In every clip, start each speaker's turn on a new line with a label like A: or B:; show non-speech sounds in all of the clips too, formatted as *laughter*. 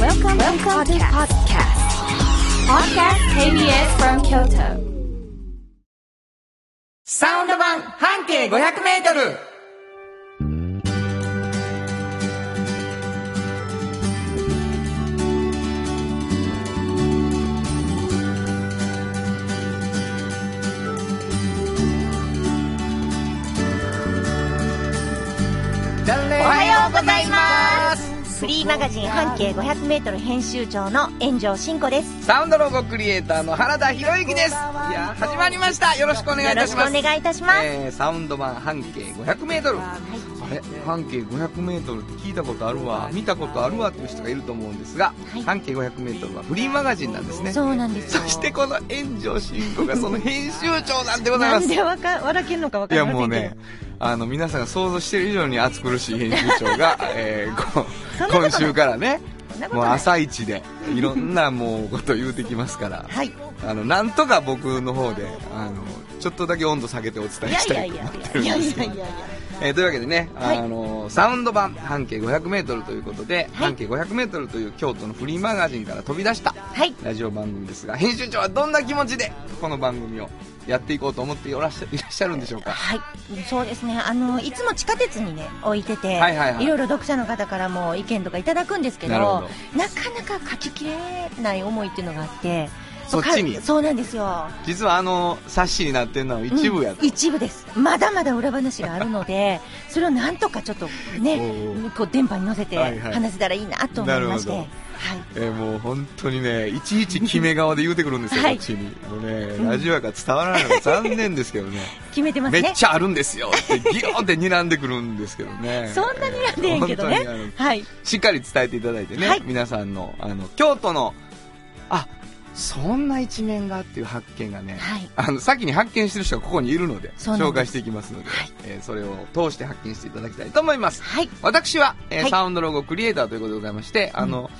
A: Welcome, to the podcast. Podcast KBS from Kyoto.
B: サウンド版半径500メートル
C: おはようございますフリーマガジン半径 500m 編集長の炎上真子です
B: サウンドロゴクリエイターの原田博之ですいやー始まりましたよろしくお願いい
C: よ
B: た
C: ろ
B: し
C: しくお
B: ます
C: 願いいたします、
B: えーサウンド版半径 500m、あれ半径 500m って聞いたことあるわ見たことあるわっていう人がいると思うんですが、
C: はい
B: 半径 500m はフリーマガジンなんですね
C: そうなんですよ
B: そしてこの炎上真子がその編集長なんでご
C: *laughs*
B: ざい
C: な
B: ま
C: ん
B: す
C: でわか笑けんのかわか
B: い
C: り
B: や
C: ま
B: も
C: せ
B: うん
C: けど
B: ね、あの皆さんが想像してる以上に暑苦しい編集
C: *laughs*
B: 長が、えーこ
C: そんなことない
B: 今週からね
C: そんな、こと
B: もう
C: ない
B: 朝一でいろんなもうこと言うてきますから、
C: はい
B: あのなんとか僕の方であのちょっとだけ温度下げてお伝え
C: いや
B: し
C: い
B: た
C: や
B: い
C: い
B: と
C: や
B: 思ってるん
C: いや
B: で
C: い
B: す
C: や
B: け
C: い
B: ど
C: やいや
B: えーというわけでね、
C: はい
B: あのサウンド版半径 500m ということで、半径 500m という京都のフリーマガジンから飛び出した
C: はい
B: ラジオ番組ですが編集長はどんな気持ちでこの番組をやっていこうと思っていらっしゃい *laughs* らっしゃるんでしょうか
C: はい、そうですねあのいつも地下鉄にね置いてて、
B: はい
C: い
B: はいはい
C: ろいろ読者の方からも意見とかいただくんですけど
B: なるほど
C: なかなか書ききれない思いっていうのがあって
B: そっちに
C: かそうなんですよ
B: 実はあの冊子になってるのは一部やと、
C: うん一部ですまだまだ裏話があるの
B: *laughs*
C: でそれをなんとかちょっと
B: おうお
C: ねこう電波に乗せて
B: はいはい
C: 話せたらいいなと思いまして、
B: な
C: はい
B: るえーもう本当にねいちいち決め顔で言うてくるんですよ、
C: はい
B: こっちにもうねラジオやから伝わらないのが残念ですけどね
C: 決めてます
B: め
C: ね
B: っちゃあるんですよってギョーって睨んでくるんですけどね
C: そんなにやんでええけど
B: え
C: ね
B: ー本当にあの、
C: はい
B: しっかり伝えていただいてね、
C: はい
B: 皆さんのあの京都のあそんな一面がっていう発見がね、
C: はい
B: あの先に発見してる人がここにいるので
C: そうなんです
B: 紹介していきますので、
C: はい
B: えーそれを通して発見していただきたいと思います
C: はい
B: 私は、えー
C: はい
B: サウンドロゴクリエイターということでございまして、あの、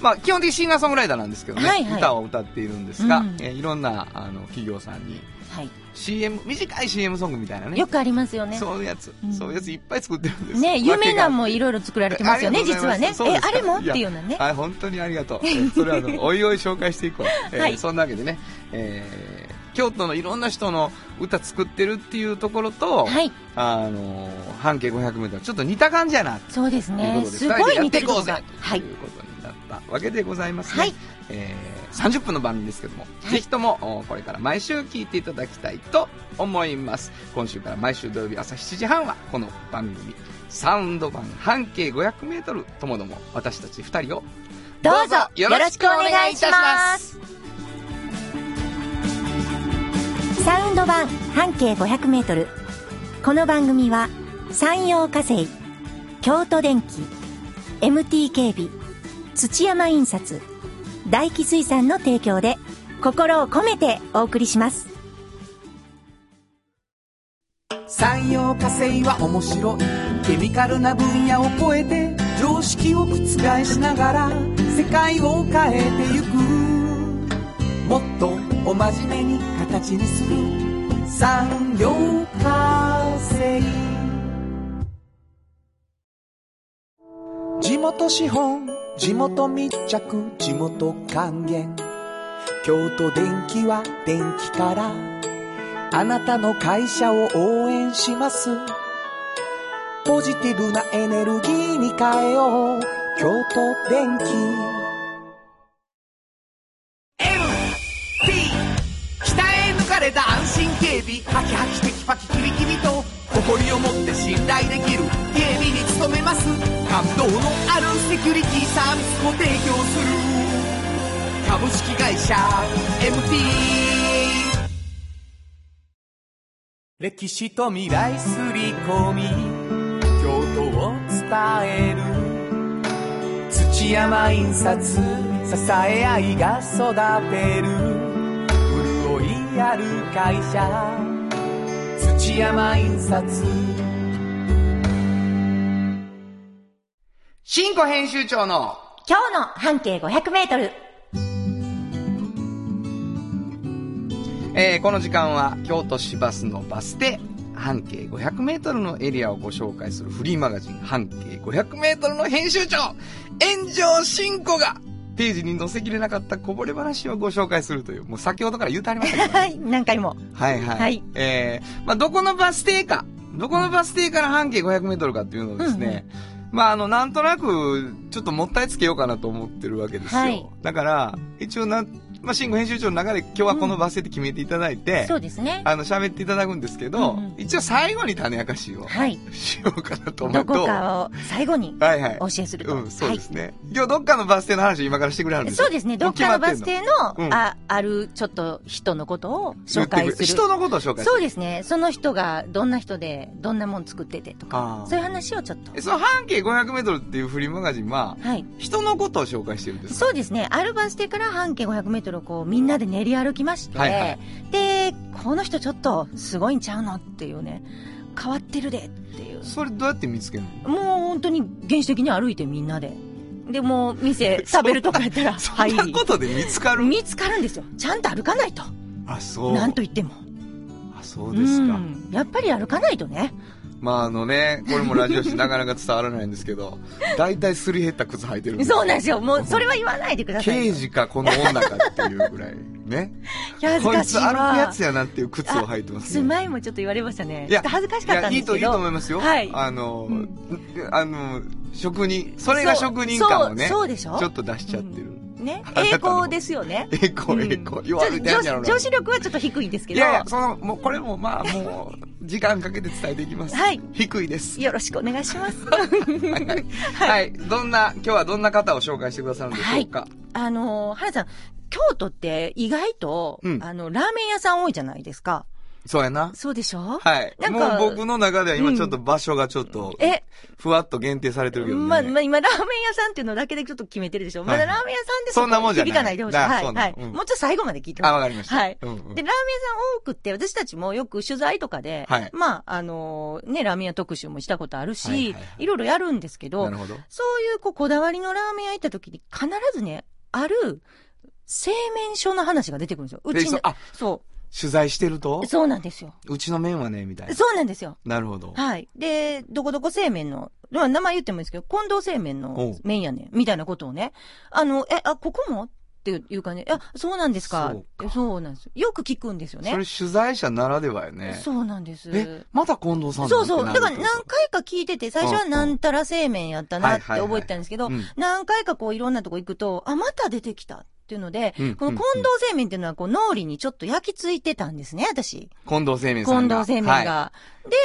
B: まあ、基本的にシンガーソングライターなんですけどね、
C: はいはい
B: 歌を歌っているんですが、
C: うん
B: えーいろんなあの企業さんに
C: はい
B: CM、短い CM ソングみたいなね、
C: よくありますよね
B: そういうやつ、
C: うん
B: そういうやついっぱい作ってるんです
C: ね有名なんも
B: い
C: いろいろ作られてますよね実はねえあれもっていうようなね
B: あ本当にあ
C: *laughs*
B: りがとう。えーそれはあの、おいおい紹介していこう。えー
C: はい
B: そんなわけでね、えー京都のいろんな人の歌作ってるっていうところと、
C: はい
B: あのー半径500メートル、ちょっと似た感じやな
C: そうです
B: というこ
C: ね
B: とです
C: ごい似て
B: 二人でやっ
C: ること
B: ていこうぜ
C: がはい
B: ということになったわけでございますね、
C: はい
B: えー30分の番組ですけども、
C: はい
B: ぜひともおこれから毎週聞いていただきたいと思います今週から毎週土曜日朝7時半はこの番組サウンド版半径 500m ともども私たち2人を
C: どうぞよろしくお願いいたします
D: サウンド版半径 500m この番組は山陽火星京都電機 MT 警備土山印刷大気水産の提供で心を込めてお送りします
E: 産業化成は面白いケミカルな分野を超えて常識を覆しながら世界を変えてゆくもっとお真面目に形にする産業化成地元資本地元密着地元還元京都電気は電気からあなたの会社を応援します。ポジティブなエネルギーに変えよう。京都電気。MT 鍛え抜かれた安心警備ハキハキテキパキキビキビと誇りを持って信頼できる警備に努めます感動のあるセキュリティサービスを提供する株式会社 MT 歴史と未来すり込み京都を伝える土山印刷支え合いが育てる潤いある会社土山印刷
B: 新庫編集長の
D: 今日の半径 500m
B: えーこの時間は京都市バスのバス停半径 500m のエリアをご紹介するフリーマガジン半径 500m の編集長炎上真子がページに載せきれなかったこぼれ話をご紹介するという、もう先ほどから言うてありましたけど、ね、
C: はい、何回も。
B: *laughs* はいはい。
C: はい
B: えー、まあ、どこのバス停か、どこのバス停から半径500メートルかっていうのをですね、まあ、あの、なんとなく、ちょっともったいつけようかなと思ってるわけですよ。
C: はい
B: だから、一応な、まあ、慎吾編集長の中で今日はこのバス停って決めていただいて、
C: そうですね。
B: あの、喋っていただくんですけど、
C: うんうん
B: 一応最後に種明かしを *laughs*
C: はい。
B: しようかなと思
C: ど
B: うと、
C: こかを最後に
B: はいはい
C: お。教えすると。
B: うん、そう
C: は
B: で
C: い
B: す。ね。今日どっかのバス停の話を今からしてくれはるんです
C: そうですね。どっかのバス
B: もう
C: 停
B: 決
C: の、
B: うん
C: あ、ある、ちょっと人のことを
B: ま
C: 紹
B: ってんの
C: 介する。
B: 人のことを紹介する。
C: そうですね。その人が、どんな人で、どんなもん作っててと
B: あ
C: か
B: ー、
C: そういう話をちょっと。
B: えその半径500メートルっていうフリーマガジンは、
C: はい。
B: 人のことを紹介してるんですか
C: そうですね。あるバス停から半径500メートルをこう、みんなで練り歩きまして、
B: はいはい
C: で、この人ちょっと、すごいんちゃうのっていうね、変わってるでっていう。
B: それどうやって見つけるの
C: もう本当に原始的に歩いてみんなで。で、もう店、食べるとこやったら
B: *laughs* そ
C: 入
B: ん
C: り。
B: なことで見つかる
C: 見つかるんですよ。ちゃんと歩かないと。
B: あ、そう。
C: なんと言っても。
B: あ、そうですか。
C: んやっぱり歩かないとね。
B: まああのね、これもラジオしてなかなか伝わらないんですけど、大体すり減った靴履いてるんですよ
C: そうなんですよ。もう、それは言わないでください
B: 刑
C: よ。
B: 事かこの女かっていうぐらいね。
C: いや恥ず
B: こい
C: かしい
B: つ
C: わ。
B: 歩くやつやなっていう靴を履いてます
C: つ
B: ね。
C: まいもちょっと言われましたね。
B: い
C: ちょ
B: や
C: っと恥ずかしかったんですけど。
B: いや、いいと、いいと思いますよ。
C: はい
B: あの、
C: うん
B: んあの、職人、それが職人感をね、
C: そうそうそうでしょ
B: ちょっと出しちゃってる。
C: ね
B: あなた。の
C: 栄光ですよね。
B: 栄光、栄
C: う
B: 光。
C: ん
B: よう歩いて
C: ち
B: は
C: ょ
B: んやろうな。
C: 女子力はちょっと低いですけ
B: い
C: ど。
B: やいや、その、もうこれもまあもう、時間かけて伝えていきます。
C: はい
B: 低いです。
C: よろしくお願いします。
B: はいはい。はい。どんな、今日はどんな方を紹介してくださるんでしょうか。
C: あのー、原さん、京都って意外と、
B: うん
C: あの、ラーメン屋さん多いじゃないですか。
B: そうやな。
C: そうでしょ
B: はい。
C: なん
B: も
C: か
B: う僕の中では今ちょっと場所がちょっと、
C: え、
B: ふわっと限定されてるけどね。
C: まあ、まあ、今、ラーメン屋さんっていうのだけでちょっと決めてるでしょ。まだ
B: はい
C: ラーメン屋さんで
B: そんなもんじゃない
C: 響かないでほしい。
B: だ
C: はい、
B: そう
C: は。
B: ないのうん
C: もうちょっと最後まで聞いてほしい
B: あ、わかりました。
C: はい。
B: うんうん
C: で、ラーメン屋さん多くって、私たちもよく取材とかで、
B: はい
C: まあ、あのーね、ラーメン屋特集もしたことあるし、
B: はいいはいはい
C: ろいろやるんですけど
B: なるほど。
C: そういうこうこだわりのラーメン屋行った時に必ずね、ある、製麺所の話が出てくるんですよ。う
B: で
C: ち
B: そ
C: の
B: う、あ、
C: そ
B: 取材してると
C: う、そうなんですよ。
B: うちの麺はね、みたいな。
C: そうなんですよ。
B: なるほど。
C: はい。で、どこどこ製麺の、まあ名前言ってもいいですけど、近藤製麺
B: お
C: の
B: う
C: 麺やねん、みたいなことをね、あの、え、あ、ここもっていうかね、あ、そうなんですか。
B: そうか
C: そうなんですよ。よく聞くんですよ
B: それ
C: ね。
B: 取材者ならではよね。
C: そうなんです。
B: え、また近藤さん
C: そうそう。だから
B: なん
C: 何回か聞いてて、最初はなんたら製麺やったなって
B: はいはいはい
C: 覚えてたんですけど
B: う、ん
C: 何回かこういろんなとこ行くと、あ、また出てきたっていうので、
B: うん
C: この近藤製麺っていうのはこう脳裏にちょっと焼き付いてたんですね、私。
B: 近藤製麺さ
C: 近
B: んが。
C: 藤製麺が。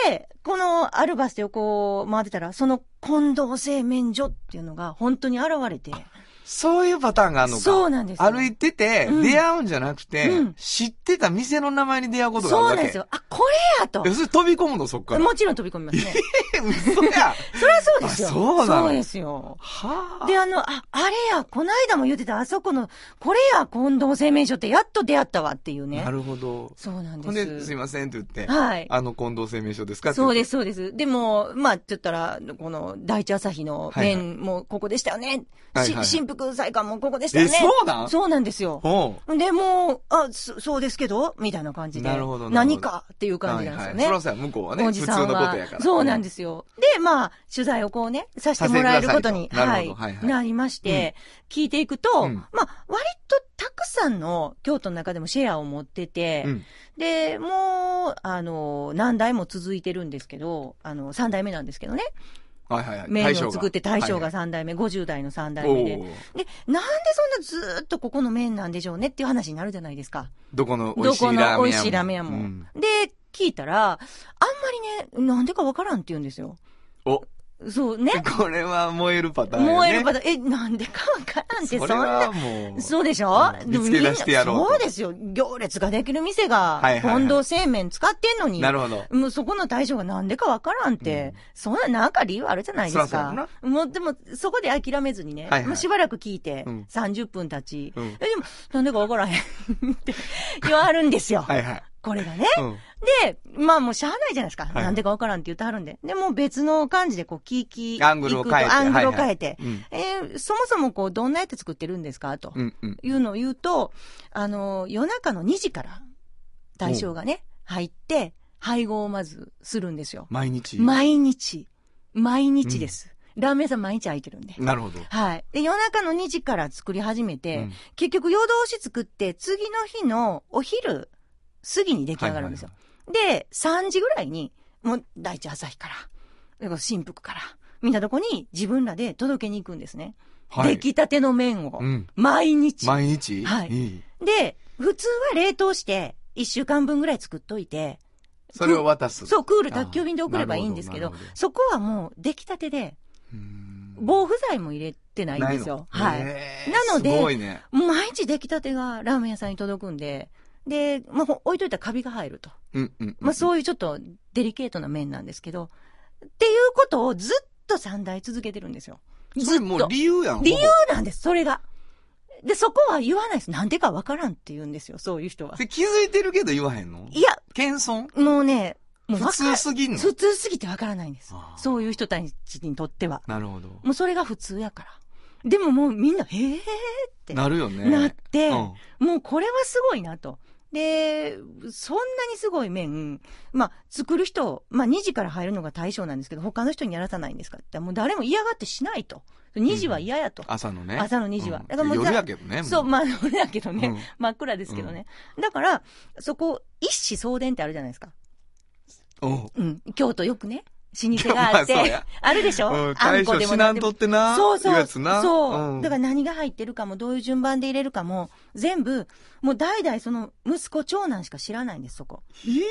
C: で、このアルバスでこう回ってたら、その近藤製麺所っていうのが本当に現れて、
B: そういうパターンがあるのか。
C: そうなんですよ
B: 歩いてて、
C: うん
B: 出会うんじゃなくて、
C: うん
B: 知ってた店の名前に出会うことが
C: そう
B: あるわ
C: な
B: け。
C: んですよ。あ、これやと
B: え。。それ飛び込むの、そっから。
C: もちろん飛び込みますね。
B: え、嘘
C: *laughs*
B: や。
C: そりゃそうですよ。
B: あそうなの
C: そうですよ。
B: はあ。
C: で、あの、あ、あれや、こないだも言ってた、あそこの、これや、近藤製麺所ってやっと出会ったわっていうね
B: な。るほど。
C: そうなん
B: ほんで、
C: ですす
B: い。ませんって言って、
C: はい。
B: あの近藤製麺所ですかって。
C: そうですす、そうです。でも、まあ、って言ったら、この、第一朝日の
B: はいは
C: 面もここでしたよね。
B: はい
C: し
B: はい
C: 新福祭館もここでしたよね。
B: えそうなん
C: そうなんですよ。
B: ほ
C: で、もう、あ、そそうですけど、みたいな感じで。
B: なるほどなるほど
C: 何かっていう
B: う。
C: 感じなんですよ
B: は
C: ね。
B: いはいそらさ、向こうはね、
C: お
B: 普
C: じ
B: 通
C: さ
B: の
C: ん
B: こと
C: は
B: やから。。
C: そうなんですすよ。で、まあ、取材をこうね、させてもらえることに、
B: させてくださいとな
C: は
B: る
C: い
B: ほどはいはい
C: なりまして、聞いていくと、
B: うん
C: まあ、割とたくさんの京都の中でもシェアを持ってて、
B: うん
C: で、もう、あの、何代も続いてるんですけど、あの、3代目なんですけどね、
B: はいはいはい。
C: 麺を作って大将が
B: さ、
C: 3代目、50代の3
B: はい
C: 代
B: はい
C: 目で。
B: おー
C: で、なんでそんなずーっとここの麺なんでしょうねっていう話になるじゃないですか。
B: どこの美
C: ど
B: 味しいラ
C: こ
B: ーメン屋
C: の
B: も。
C: 美味しいラーメン屋も。
B: うん *laughs*
C: で、聞いたら、あんまりね、なんでかわからんって言うんですよ。
B: お、
C: そうね。
B: これは燃えるパターンやね。
C: 燃える場だ。え、なんでかわからんって、そ
B: そ
C: ん
B: れは
C: な。
B: もう。
C: そうでしょ
B: うん見つけ出してやろ
C: で
B: うと
C: もみんなそうですよ。行列ができる店が
B: はい、はいはい
C: 近藤製麺使ってんのに。
B: なるほど。
C: もうそこの大将がなんでかわからんって、そんななんか理由あるじゃないです
B: そらそう
C: か。もうでも、そこで諦めずにね、
B: はいはい
C: もうしばらく聞いて、
B: うん
C: 30分経ち、
B: うん
C: え、でも、なんでかわからへんって言わはるんですよ。
B: はいはい。
C: これがね。
B: うん。
C: で、まあもうしゃあないじゃないですか。
B: はい
C: なんでかわからんって言ってはるんで。で、もう別の感じでこう聞き、
B: アングルを変え
C: 行く
B: て
C: とアングルを変え
B: は
C: て
B: い。はいうん
C: えーそもそもこう、どんなやつ作ってるんですかと。
B: うんうん。
C: いうのを言うと、あの、夜中の2時から、対象がね、入って、配合をまずするんですよ。
B: 毎日。
C: 毎日。毎日です。ラーメン屋さん毎日空いてるんで。
B: なるほど。
C: はい。で、夜中の2時から作り始めて、
B: うん
C: 結局夜通し作って、次の日のお昼過ぎに出来上がるんですよ。で、3時ぐらいに、もう第一朝日から、それこそ新福から、みんなとこに自分らで届けに行くんですね。
B: はいはい。
C: 出来たての麺を、
B: うん。
C: 毎日。
B: 毎日
C: はい
B: い。
C: で、普通は冷凍して、1週間分ぐらい作っといて、
B: それを渡す。
C: そう、クール宅急便で送ればいいんですけ
B: あ
C: ど
B: なるほどなるほ、ど
C: そこはもう出来たてで、
B: うん。
C: 防腐剤も入れてないんですよ。
B: な
C: はい。
B: いの。
C: なのです
B: ごいね。
C: 毎日出来たてがラーメン屋さんに届くんで、で、まあ、ほ置いといたらカビが入ると。
B: うんうん。
C: まあ、そういうちょっとデリケートな面なんですけど、っていうことをずっと三代続けてるんですよ。
B: そ
C: ず
B: れ
C: っ
B: も
C: と
B: う。理由やん。
C: 理由
B: ほぼ
C: なんです、それが。で、そこは言わないです。なんでかわからんって言うんですよ、そういう人は
B: そ。れ気づいてるけど言わへんの
C: いや、
B: 謙遜
C: もうね、もうわ
B: 普
C: か
B: 通すぎんの
C: 普通すぎてわからないんです
B: あ。ー
C: そういう人たちにとっては。
B: なるほど。
C: もうそれが普通やから。でももうみんな、へえて
B: なるよね。
C: なって、
B: うん
C: もうこれはすごいなと。で、そんなにすごい面、まあ、作る人、まあ、2時から入るのが対象なんですけど、他の人にやらさないんですかって、もう誰も嫌がってしないと。2時は嫌やと。
B: 朝のね。
C: 朝の2時は
B: うん
C: だからもう
B: 夜やけどね。も
C: そう、まあ、それだけどね、
B: うん
C: 真っ暗ですけどね。だから、そこ、一子相伝ってあるじゃないですか。
B: うん。
C: うん。京都よくね、老舗があって、
B: *laughs* まあそうや
C: あるでしょ、
B: うん
C: あん
B: 大
C: こ
B: 将
C: でも
B: 死
C: な
B: なんん
C: で
B: と
C: も
B: ってな。
C: そうそう。
B: いうやつな。
C: そう、
B: ん
C: だから何が入ってるかも、どういう順番で入れるかも、全部、もう代々その息子、長男しか知らないんです、そこ。
B: ひー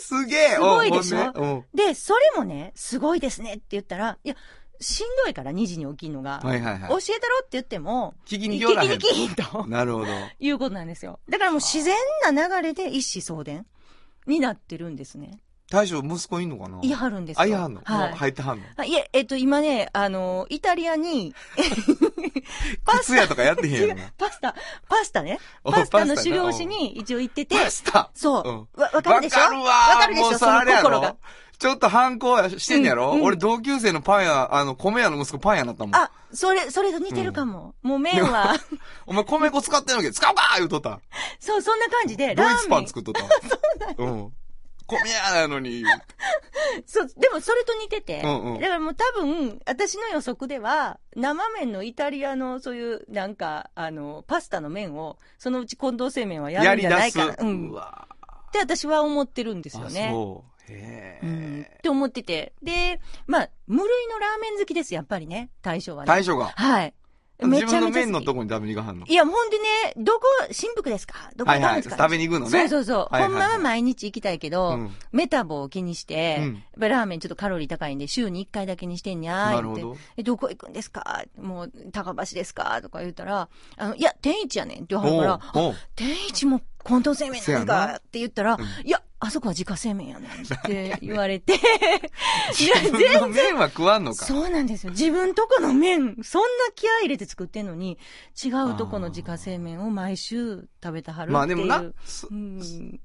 B: すげえ
C: すごいでしょ
B: うんほんね
C: で、それもね、すごいですねって言ったら、いや、しんどいから2時に起きるのが。
B: うんはいはいはい
C: 教。えたろって言っても、
B: 聞き
C: 聞
B: に
C: き
B: 行らへん
C: に来いと *laughs*
B: なるほど。
C: いうことなんですよ。だからもう自然な流れで一子相伝になってるんですね。
B: 大将、息子いんのかな
C: 言いはるんですよ。
B: あ、いはんのもう
C: はい。
B: 入ってはんの
C: あいえ、えっと、今ね、あの、イタリア
B: *laughs*
C: に、 *laughs* パ
B: 靴屋とかやってへんやろな。
C: パスタ、パスタね。
B: お
C: パスタ
B: パスタ
C: の
B: な
C: 修行しに一応行ってて、
B: パスタ
C: そう。
B: うん
C: わ、わかるでしょ
B: わかるわ
C: わかるでしょ
B: もう
C: そ
B: さ、あれ
C: の
B: や
C: 心が
B: ろ。ちょっと反抗やしてんやろ、
C: うんうん
B: 俺同級生のパン屋、あの、米屋の息子パン屋になったもん。
C: あ、それ、それと似てるかも。もう麺は、
B: お前米粉使ってんのけ使うか言うとった。
C: *laughs* そう、そんな感じで、
B: ド
C: ラ
B: イツ
C: ーメ
B: パ
C: ン *laughs*
B: ン。作っとった。うん。米屋なのに。
C: そう、でもそれと似てて。
B: うんうん
C: だからもう多分、私の予測では、生麺のイタリアのそういう、なんか、あの、パスタの麺を、そのうち近藤製麺はや
B: や
C: るん
B: り
C: じゃな
B: 出
C: い
B: す。
C: かな。うん。
B: う
C: っ
B: わ
C: て私は思ってるんですよ
B: あ、
C: ね。
B: そう。へ
C: うん、っ
B: え。
C: て思ってて。で、まあ、無類のラーメン好きです、やっぱりね、大将はね。
B: 大将が。
C: はい。め
B: 自
C: ちゃ
B: 分の
C: めちゃ
B: 麺のと
C: 好き。
B: こに食べに行かはんの。
C: いや、ほんでね、どこ、新福ですかどこ
B: は
C: 行
B: い
C: かん
B: は
C: で
B: い。
C: すか、
B: 食べに行くのね。
C: そうそうそう。
B: はいはいはい
C: ほんまは毎日行きたいけど、
B: うん
C: メタボを気にして、
B: うん
C: やっぱラーメンちょっとカロリー高いんで、週に1回だけにしてんにゃー
B: なるほ
C: 言っ
B: ど
C: て。え、どこ行くんですかもう、高橋ですかとか言ったら、あの、いや、天一やねんって言わはるから、
B: おうおう
C: 天一も混沌製麺なんです
B: せやな
C: かって言った *laughs* ら、いや、あそこは自家製麺やねんって言われ
B: *laughs*
C: て、いや、
B: 自
C: 全
B: 分の
C: 然
B: 麺は食わんのか。
C: そうなんですよ。自分とこの麺、そんな気合い入れて作ってんのに、違うとこの自家製麺を毎週食べてはるっていう。
B: まあでもな、そ
C: うん、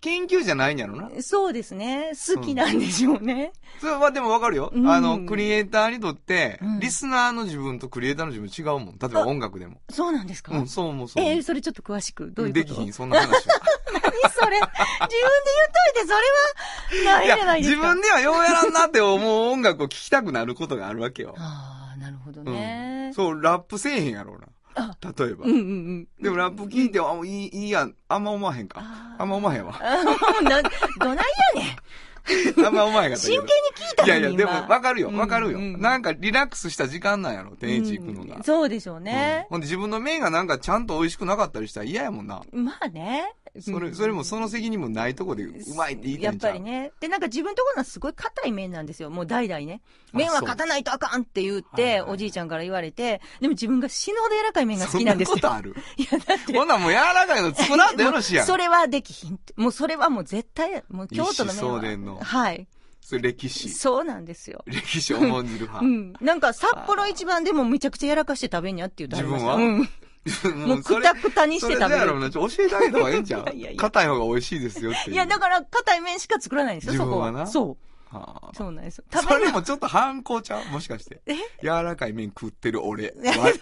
B: 研究じゃないんやろな。
C: そうですね。好きなんでしょうね。
B: それはでもわかるよ。
C: うん
B: あの、クリエイターにとって
C: うん、
B: リスナーの自分とクリエイターの自分違うもん。例えば音楽でも。
C: そうなんですか、
B: うん、そうもそう
C: え
B: も
C: ー。それちょっと詳しく。どういうこ
B: で
C: と
B: きひん、そんな話
C: *laughs*
B: は。
C: 何それ自分で言っといて、それは、ない
B: い
C: じゃ
B: や、
C: ないです
B: 自
C: か。
B: 分ではようやらんなって思う音楽を聴きたくなることがあるわけよ。
C: ああ、なるほど
B: うん
C: ね。
B: そう、ラップせえへんやろうな
C: あ。
B: 例えば
C: うん、。うん、うん。
B: でもラップ聴いて、あ、いい、いいやん。あんま思わへんか
C: あ。ー
B: あんま思わへんわ。
C: あー *laughs* もうな、どないやねん。
B: あんま思わへんかった
C: 真
B: け
C: 剣
B: ど
C: に。聞いたの
B: い
C: に
B: やいや、でも
C: 今
B: わかるよ、わかるよ。
C: うんうん
B: なんかリラックスした時間なんやろ、天一行くのが。
C: うんそうでしょうね
B: うん。ほんで自分の麺がなんかちゃんと美味しくなかったりしたら嫌やもんな。
C: まあね。
B: それ、
C: うん
B: それもその責任もないとこでうまいって言いた
C: や
B: い
C: っ
B: んちゃ
C: ぱ
B: う
C: りね。で、なんか自分ところのはすごい硬い麺なんですよ。もう代々ね。
B: あ
C: 麺は
B: そう
C: 勝たないとあかんって言っ
B: はいはい
C: て、
B: はい
C: おじいちゃんから言われて、でも自分が死ぬほど柔らかい麺が好
B: *laughs* そ
C: き
B: ん
C: な
B: なん
C: です
B: こ
C: よ。
B: とある。
C: いや、だ
B: *laughs*
C: って。
B: こんなんもう柔らかいの作らんでよろしいやん。
C: それはできひんって。もうそれはもう絶対、もう京都の
B: 一子
C: 麺は。
B: 相伝の
C: はい。
B: それ歴史。
C: そうなんですよ。
B: 歴史重んじる
C: う
B: *laughs* 派。
C: ん。なんか札幌一番でもめちゃくちゃ柔らかして食べんやって言うてはりました
B: 自分
C: うん。もうくたくたにして食べる
B: それそれやろうな。ちょ教えてあげた方がいいんちゃ
C: いやいやいうや
B: 硬い方が美味しいですよっていう。
C: いや、だから、硬い麺しか作らないんですよ、
B: 自
C: そ
B: 分
C: こ
B: はな
C: は。そ
B: はあ
C: そうなんです。食
B: そ
C: べ
B: れ
C: る
B: もちょっと反抗ちゃうもしかして。
C: え
B: 柔らかい麺食ってる
C: *laughs*
B: 俺。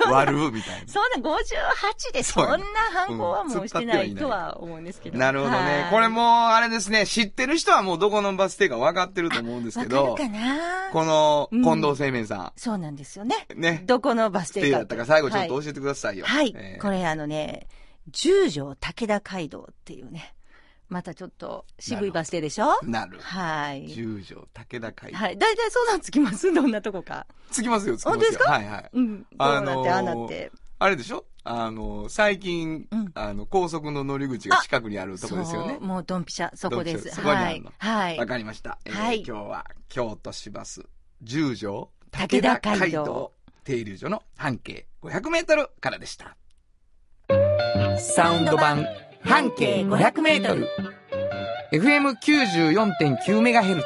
B: わ悪うみたいな。
C: そんな58でそ
B: そ
C: んな
B: うやね
C: 反抗はもうしてないとは思うんですけど。
B: なるほどね
C: は。い
B: これもう、あれですね。知ってる人はもうどこのバス停か分かってると思うんです
C: わ
B: け
C: かる
B: ど、
C: かな
B: この
C: うん
B: 近藤製麺さ
C: そうなんですよね。
B: ん、ね、
C: どこのバス
B: って
C: 停
B: だ
C: か。
B: ったか最後ちょっと
C: はい
B: 教えてくださいよ。
C: はい。
B: えー
C: これあのね、十条武田街道っていうね、またちょっと渋いバス停でしょ
B: なる。
C: はい。
B: 十条武田会。
C: はい。だいたいそうなんつきますどんなとこか。
B: つきますよ、つきます
C: 本
B: よ。
C: 当ですか
B: はいはい。
C: うん。どうなって、
B: あのー
C: ああなって。
B: あれでしょあの、最近、
C: うん
B: あの、高速の乗り口が近くにあるとこですよね
C: そう。もうドンピシャ、そこで
B: ドンピ
C: す。
B: シャそこにあ
C: は
B: る
C: い
B: の。
C: はい
B: わ。かりました。えー
C: はい
B: 今日は京都市バス十条
C: 武田街道
B: 停留所の半径500メートルからでした。
E: サウンド版半径500メートル
B: FM94.9MHz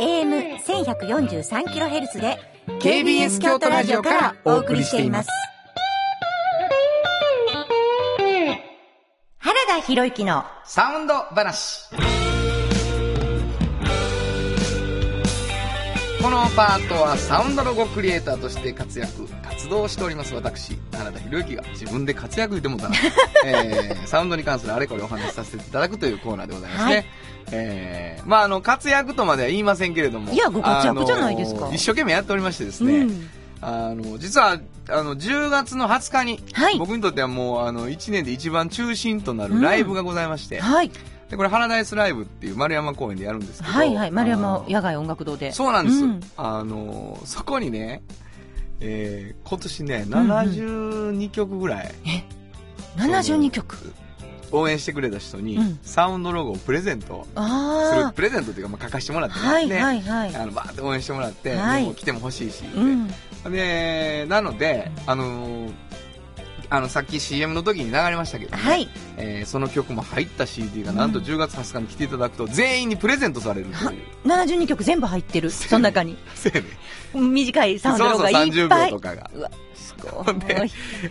D: AM1143kHz で
E: KBS 京都ラジオからお送りしています
D: 原田博之の
B: サウンド話このパートはサウンドロゴクリエイターとして活躍活動をしております私原田博之が自分で活躍言ってもう
C: *laughs*
B: たな、えーサウンドに関するあれこれお話しさせていただくというコーナーでございますね、
D: はい
B: えーまああの活躍とまでは言いませんけれども
C: いやご活躍じゃないですか
B: あの一生懸命やっておりましてですね、
C: うん。
B: あの実はあの10月の20日に、
C: はい
B: 僕にとってはもうあの1年で一番中心となるライブがございまして、
C: はい。
B: でこれ、ハラダイスライブっていう丸山公園でやるんですけど。
C: はいはい。丸
B: あ
C: 山
B: の
C: 野外音楽堂で。
B: そうなんです。
C: うん
B: あのー、そこにね、えー今年ね、
C: んうん
B: 72曲ぐらい
C: 72曲。
B: 応援してくれた人に
C: うん、
B: サウンドロゴをプレゼントする、
C: あ
B: プレゼントっていうか、まあ、書かしてもらっ
C: あ。
B: てね。
C: はい
B: で
C: はいはい。
B: あの、バーって応援してもらって、
C: はい
B: でもう来ても欲しいし。
C: うん。
B: で、なので、あのーあの、さっき CM の時に流れましたけど、ね
C: はい。
B: えーその曲も入った CD がなんと10月20日に来ていただくと、全員にプレゼントされるという。
C: 72曲全部入ってる。その中に。
B: せやね
C: 短いサウンドロゴがい
B: そうそう
C: っぱ
B: 30
C: い
B: 秒と。かが。
C: うわ、すご
B: *laughs* ほんで
C: い。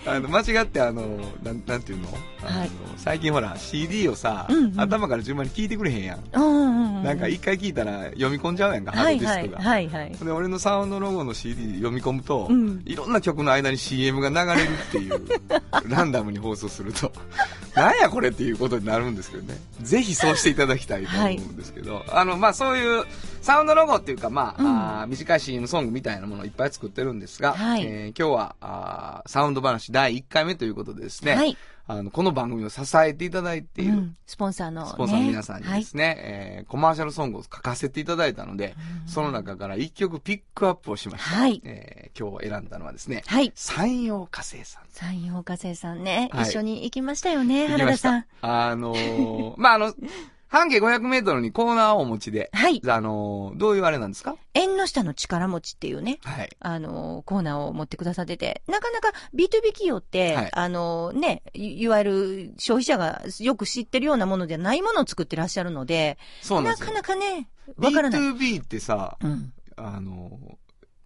B: あの、間違って、あの、なん、なんていうのあの、
C: はい
B: 最近ほら、CD をさ、
C: うんうん
B: 頭から順番に聞いてくれへんやん。
C: うんうう
B: なんか一回聞いたら読み込んじゃうやんか、ハ
C: は
B: ー
C: い
B: ドディ
C: は
B: ス
C: い
B: クが。
C: はいはい。
B: で、俺のサウンドロゴの CD 読み込むと、
C: うん
B: いろんな曲の間に CM が流れるっていう、
C: *laughs*
B: ランダムに放送すると、なんやこれっていうことになるんですけどね。ぜひそうしていただきたいと思うんですけど、あの、まあ、そういう、サウンドロゴっていうか、まあ、
C: うん
B: あー短い CM ソングみたいなものをいっぱい作ってるんですが、
C: はい
B: えー今日はあーサウンド話第1回目ということでですね、
C: はい。
B: あのこの番組を支えていただいていうる
C: んスポンサーのね。
B: スポンサーの皆さんに
C: は
B: で
C: い。
B: すね、えーコマーシャルソングを書かせていただいたので、その中から一曲ピックアップをしました。
C: はい
B: えー今日選んだのはですね、
C: はい。
B: 山陽火星さん。
C: 三陽火星さんね、
B: はい
C: 一緒に行きましたよね、
B: 行き
C: 原
B: ま
C: 田
B: した
C: さん。
B: あ
C: *laughs*
B: のーまあ、あの、半径500メートルにコーナーをお持ちで、
C: はい。
B: あのーどういうあれなんですか
C: 縁の下の力持ちっていうね、
B: はい。
C: あの、コーナーを持ってくださってて、なかなか B2B 企業って、
B: はい
C: あのね、いいわゆる消費者がよく知ってるようなものじゃないものを作ってらっしゃるので、
B: そうなん
C: な
B: ですよ
C: か。なかね、わからない。
B: B2B ってさ、
C: うん。
B: あのー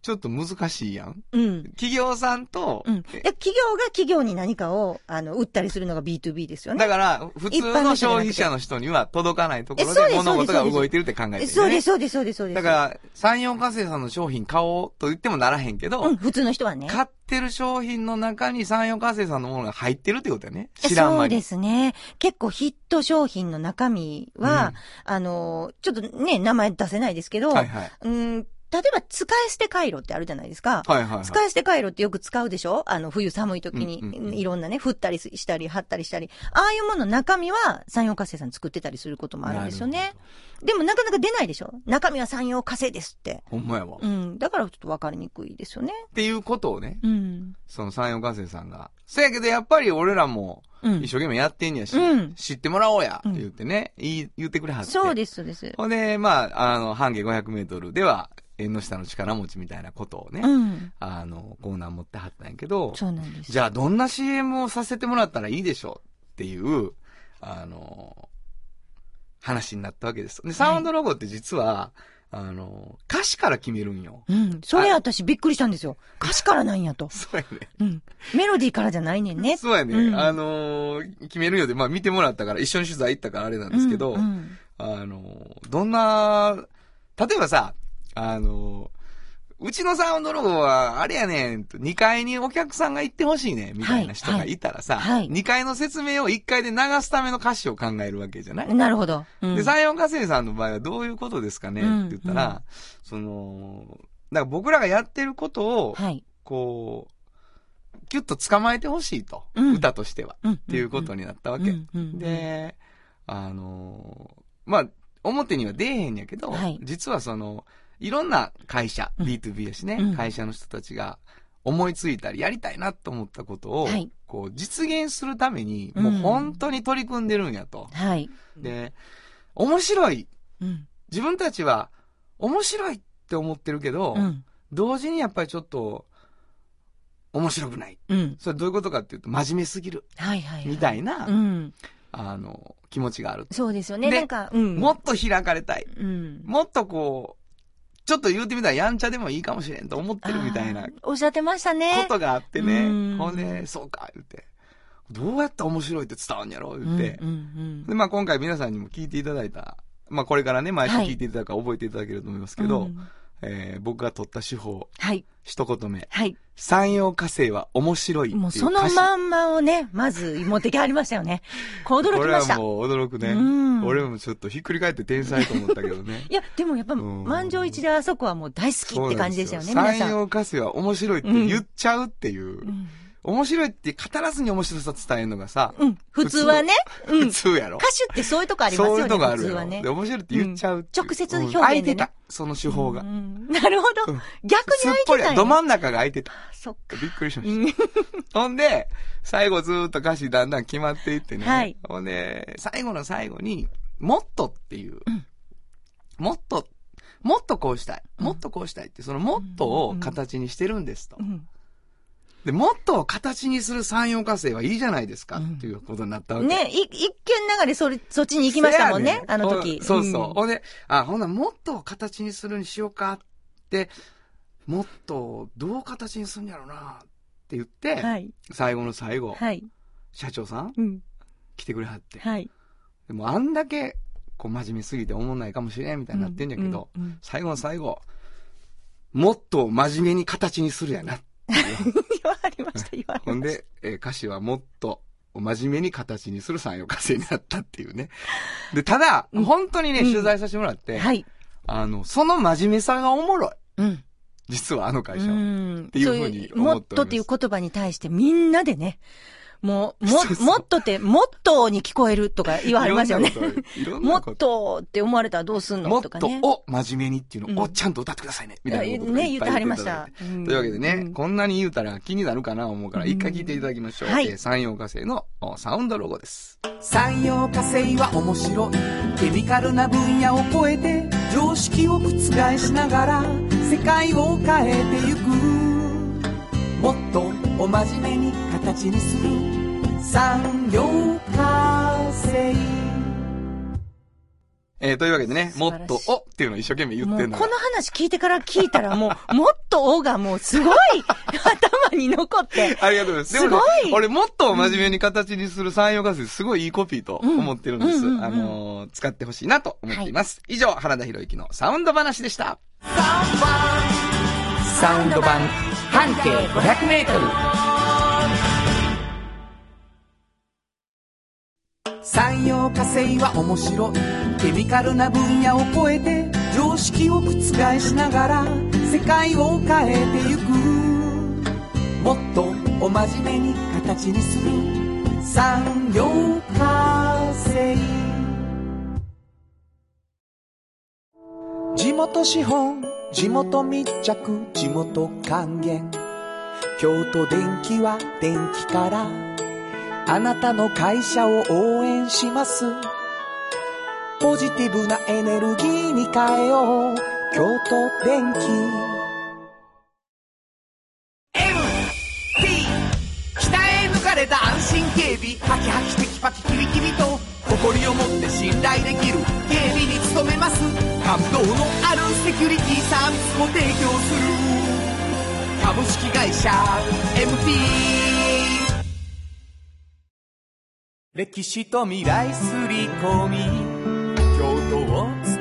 B: ちょっと難しいやん。
C: うん。
B: 企業さんと、
C: うん。で企業が企業に何かを、あの、売ったりするのが B2B ですよね。
B: だから、普通
C: 一般の人
B: の
C: じゃなくて
B: 消費者の人には届かないところ
C: えそうで
B: です物事が
C: そうです
B: 動いてるって考えてる、
C: え
B: ね。
C: そうです、そうです、そうです、そうです。
B: だから、山陽火星さんの商品買おうと言ってもならへんけど、
C: うん、普通の人はね。
B: 買ってる商品の中に山陽火星さんのものが入ってるってことやね。
C: え
B: 知らん
C: そ
B: 間
C: うで
B: に。
C: すね。結構ヒット商品の中身は、あの、ちょっとね、名前出せないですけど、
B: はいはい。
C: うん、例えば使い捨て回路ってあるじゃないですか。
B: はいはい、はい。
C: 使い捨て回路ってよく使うでしょあの、冬寒い時に、
B: うんうんうん
C: いろんなね、振ったりしたり、貼ったりしたり。ああいうものの中身は、山陽火星さん作ってたりすることもあるんですよ
B: なる
C: ね。でもなかなか出ないでしょ中身は山陽火星ですって。
B: ほんまやわ、
C: う
B: っ
C: ん。だからちょっとわかりにくいですよね。
B: ていうことをね、
C: うん。
B: その山陽火星さんが。せやけどやっぱり俺らも
C: うん
B: 一。生懸命やってんやし、
C: うん
B: 知ってもらおうや、
C: うん
B: 言ってね、言い言ってくれはって。
C: そうです、そうです。
B: ほんで、まあ、あの、半径500メートルでは、縁の下の力持ちみたいなことをね、
C: うん。
B: あの、コーナー持ってはったんやけど、
C: そうなんです。
B: じゃあどんな CM をさせてもらったらいいでしょうっていう、あの、話になったわけです。で、サウンドロゴって実は、あの、歌詞から決めるんよ。 *laughs*
C: うん。それ私びっくりしたんですよ。歌詞からなんやと。
B: そうやね。
C: うん。メロディーからじゃないねんね。
B: そうやね。
C: うん
B: あの、決めるよで、まあ見てもらったから、一緒に取材行ったからあれなんですけど、
C: うんうん
B: あの、どんな例えばさ、あの、うちのサウンドロゴは、あれやねん、2階にお客さんが行ってほしいねん、みたいな人がいたらさ、
C: はいはい
B: 2階の説明を1階で流すための歌詞を考えるわけじゃない、
C: なるほど。うん
B: で、山陽火星さんの場合はどういうことですかねっ
C: うん
B: て言ったら、
C: うん
B: その、だから僕らがやってることを、
C: はい。
B: こう、キュッと捕まえてほしいと、
C: うん
B: 歌としては、
C: っ
B: っていうことになったわけ。
C: うんうんうん
B: で、あのーまあ、表には出えへんやけど、
C: はい
B: 実はその、いろんな会社、
C: うん
B: B2B やしね、
C: うん
B: 会社の人たちが思いついたり、やりたいなと思ったことを、
C: はい
B: こう、実現するために、もう本当に取り組んでるんやと。
C: はい。
B: で、面白い。
C: うん。
B: 自分たちは、面白いって思ってるけど、
C: うん。
B: 同時にやっぱりちょっと、面白くない。
C: うん。
B: それどういうことかっていうと、真面目すぎる。
C: はいはいはい。
B: みたいな、
C: うん。
B: あの、気持ちがある。
C: そうですよね。
B: で
C: なんか、うん。
B: もっと開かれたい。
C: うん。
B: もっとこう、ちょっと言うてみたらやんちゃでもいいかもしれんと思ってるみたいな
C: あ
B: こ
C: ーおっしゃってましたね。
B: とがあって
C: う
B: ね。
C: ん
B: ほんで、そうか、言って。どうやって面白いって伝わるんやろ、言って
C: う。んうんう
B: で、
C: ん
B: まあ今回皆さんにも聞いていただいた。まあこれからね、毎週聞いていただくから覚えていただけると思いますけど、
C: うん
B: えー僕が取った手法、
C: はい。
B: 一言目。
C: はい。
B: 山陽火星は面白いっていう
C: もう
B: 歌詞。
C: そのまんまをね、まず持ってきはりましたよ
B: *laughs*
C: ね。こう驚
B: こ
C: き
B: れ
C: ま
B: は
C: した。
B: もう驚くね
C: うん。
B: 俺もちょっとひっくり返って天才と思ったけ
C: *laughs*
B: どね。
C: いや、でもやっぱ、
B: うん
C: 満場一致であそこはもう大好きって感じでしたよね、
B: そうなん
C: 皆
B: ですよ
C: さん。
B: 山陽火星は面白いって言っちゃうっていう。
C: うん
B: 面白いって語らずに面白さ伝えるのがさ、
C: うん。普通はね、うん。
B: 普
C: 歌
B: 通やろ。
C: 手ってそういうとこありますよ
B: そう
C: ね、
B: いうのがあ
C: 普
B: る
C: 通
B: や
C: は
B: ろ。
C: ね
B: で、。面白いって言っちゃうっていう
C: うん直接表現でね
B: うん空いてた。その手法が
C: う。んなるほど
B: うん。
C: 逆
B: すっ
C: に
B: ぽ
C: 相手
B: りや
C: だ
B: ど
C: よ。
B: 真ん中が空いてた。
C: そっか。
B: びっくりしました。 *laughs* ほんで、最後ずーっと歌詞だんだん決まっていってね。
C: はい
B: ほんで、最後の最後に、もっとっていう、もっと、もっとこうしたい。もっとこうしたいって、そのもっとを形にしてるんですと。
C: ん
B: で、もっとを形にする山陽火星はいいじゃないですかっていうことになったわけ。
C: ね、い、一見流れ、それ、そっちに行きましたもん
B: せや
C: ね、あの時。
B: ほんそうそう。
C: ん
B: ほんで、あ、ほんならもっと形にするにしようかって、もっとどう形にするんやろうなって言って、
C: はい。
B: 最後の最後、
C: はい。
B: 社長さん
C: うん。
B: 来てくれはって。
C: はい。
B: でもあんだけ、こう真面目すぎて思んないかもしれんみたいになってんやけど、
C: うん *laughs* うん
B: 最後の最後、もっと真面目に形にするやな。
C: 言われました、言われました。
B: ほんで、えー歌詞はもっと真面目に形にする山陽火星になったっていうね。で、ただ、
C: うん
B: 本当にね、
C: うん
B: 取材させてもらって、
C: はい。
B: あの、その真面目さがおもろい。
C: うん。
B: 実はあの会社は。
C: うん。
B: ていうふうに
C: そういう
B: 思
C: も
B: っ
C: って
B: おります
C: とっていう言葉に対してみんなでね、もう、も
B: *laughs* そう、そう
C: もっとって、もっとに聞こえるとか言われましたよね。
B: いろん
C: も
B: な
C: っ
B: こと。
C: とって思われたらどうすん
B: も
C: の
B: っ
C: と
B: と
C: かね。
B: を真面目にっていうのを
C: うん
B: ちゃんと歌ってくださいね。みたいなこととか
C: ね、
B: い
C: 言って
B: っぱい
C: はり
B: 言
C: ま
B: っ
C: し
B: ていただ
C: た
B: いて。
C: と
B: というわけでね、こんなに言うたら気になるかな思うから、
C: うん
B: 一回聞いていただきましょう。
C: はい
B: えー山陽火星のおサウンドロゴです。
E: 産業化成は面白いケミカルな分野を超えて常識を覆しながら世界を変えてゆくもっとお真面目に形にする産業化成
B: えーというわけでね、も
C: 晴らしい
B: っとをっていうのを一生懸命言
C: も
B: って
C: うん
B: の
C: こ
B: が
C: の話聞いてから聞いたらもう、 *laughs* もっと王がもうすごい頭に残って。
B: *laughs* ありがとうございます。でも
C: すご
B: ね、
C: い
B: 俺もっと真面目に形にする山陽ガス、すごいいいコピーと思ってるんです。
C: うんうんうんうん
B: あのー使ってほしいなと思っています。以上、原田博之のサウンド話でした。
E: サウンド版半径 500m 産業化成は面白いケミカルな分野を超えて常識を覆しながら世界を変えてゆくもっとお真面目に形にする産業化成地元資本地元密着地元還元京都電気は電気からあなたの会社を応援しますポジティブなエネルギーに変えよう京都電気 MT 鍛え抜かれた安心警備ハキハキテキパキキビキビと誇りを持って信頼できる警備に努めます感動のあるセキュリティサービスも提供する株式会社 MT 歴史と未来すり込み京都を伝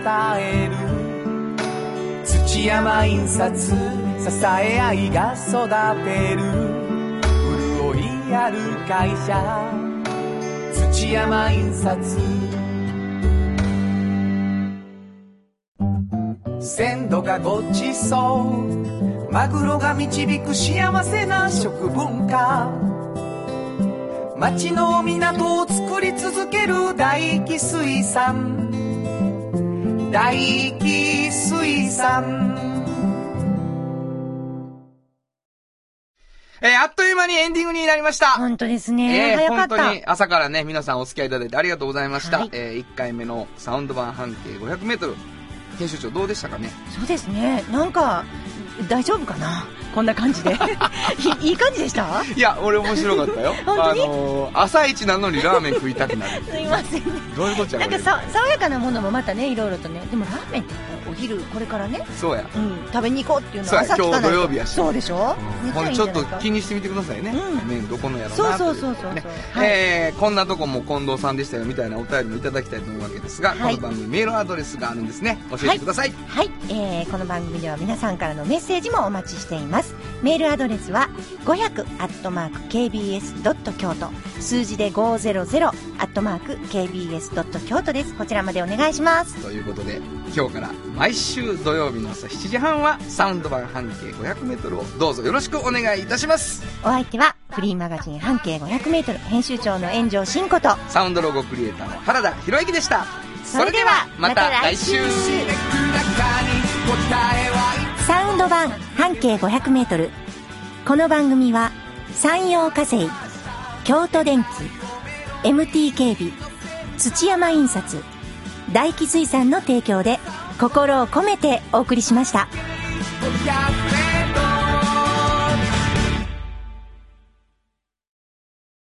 E: える土山印刷支え合いが育てる潤いある会社土山印刷鮮度がごちそうマグロが導く幸せな食文化町の港を作り続ける大気水産大気水産
B: えーあっという間にエンディングになりました。
C: 本当ですね。早かっ
B: 本当
C: た
B: に。朝からね、皆さんお付き合いいただいてありがとうございました。
C: はい
B: え1回目のサウンド版半径500メートル、編集長どうでしたかね
F: そうですね。なんか、大丈夫かなこんな感じ
B: *laughs*
F: で。いいい感じでした
B: いや、俺面白かったよ。
F: *laughs* 本当に
B: あのー朝一なのにラーメン食いたくなる。
F: すいません。
B: どういうことや
F: なん
B: こ
F: かさ、
B: れ
F: 爽やかなものもまたね、いろいろとね。でもラーメンって言ったらお昼、これからね、
B: そうや。
F: うん、食べに行こうっていうの
B: そう
F: は
B: や
F: 朝聞かないと
B: 今日土曜日やし
F: そうでしょ、う
B: ほんでちょっと気にしてみてくださいね、
F: うん
B: 麺どこのやろう
F: そう
B: な
F: そう
B: とい
F: そうそう
B: ね
F: はい
B: えーこんなとこも近藤さんでしたよみたいなお便りもいただきたいと思うわけですが、
C: はい
B: この番組メールアドレスがあるんですね教えてください、
C: はい、えーこの番組では皆さんからのメッセージもお待ちしていますメールアドレスは500 KBS 京都数字で500 KBS 京都ですこちらまでお願いします
B: ということで今日から毎週土曜日の朝7時半はサウンド版半径 500m をどうぞよろしくお願いいたします
C: お相手はフリーマガジン半径 500m 編集長の炎上真子と
B: サウンドロゴクリエイターの原田博之でしたそれではまた来週
C: サウンド版半径 500m この番組は山陽火星京都電機 MT 警備土山印刷大気水産の提供で心を込めてお送りしました
E: やって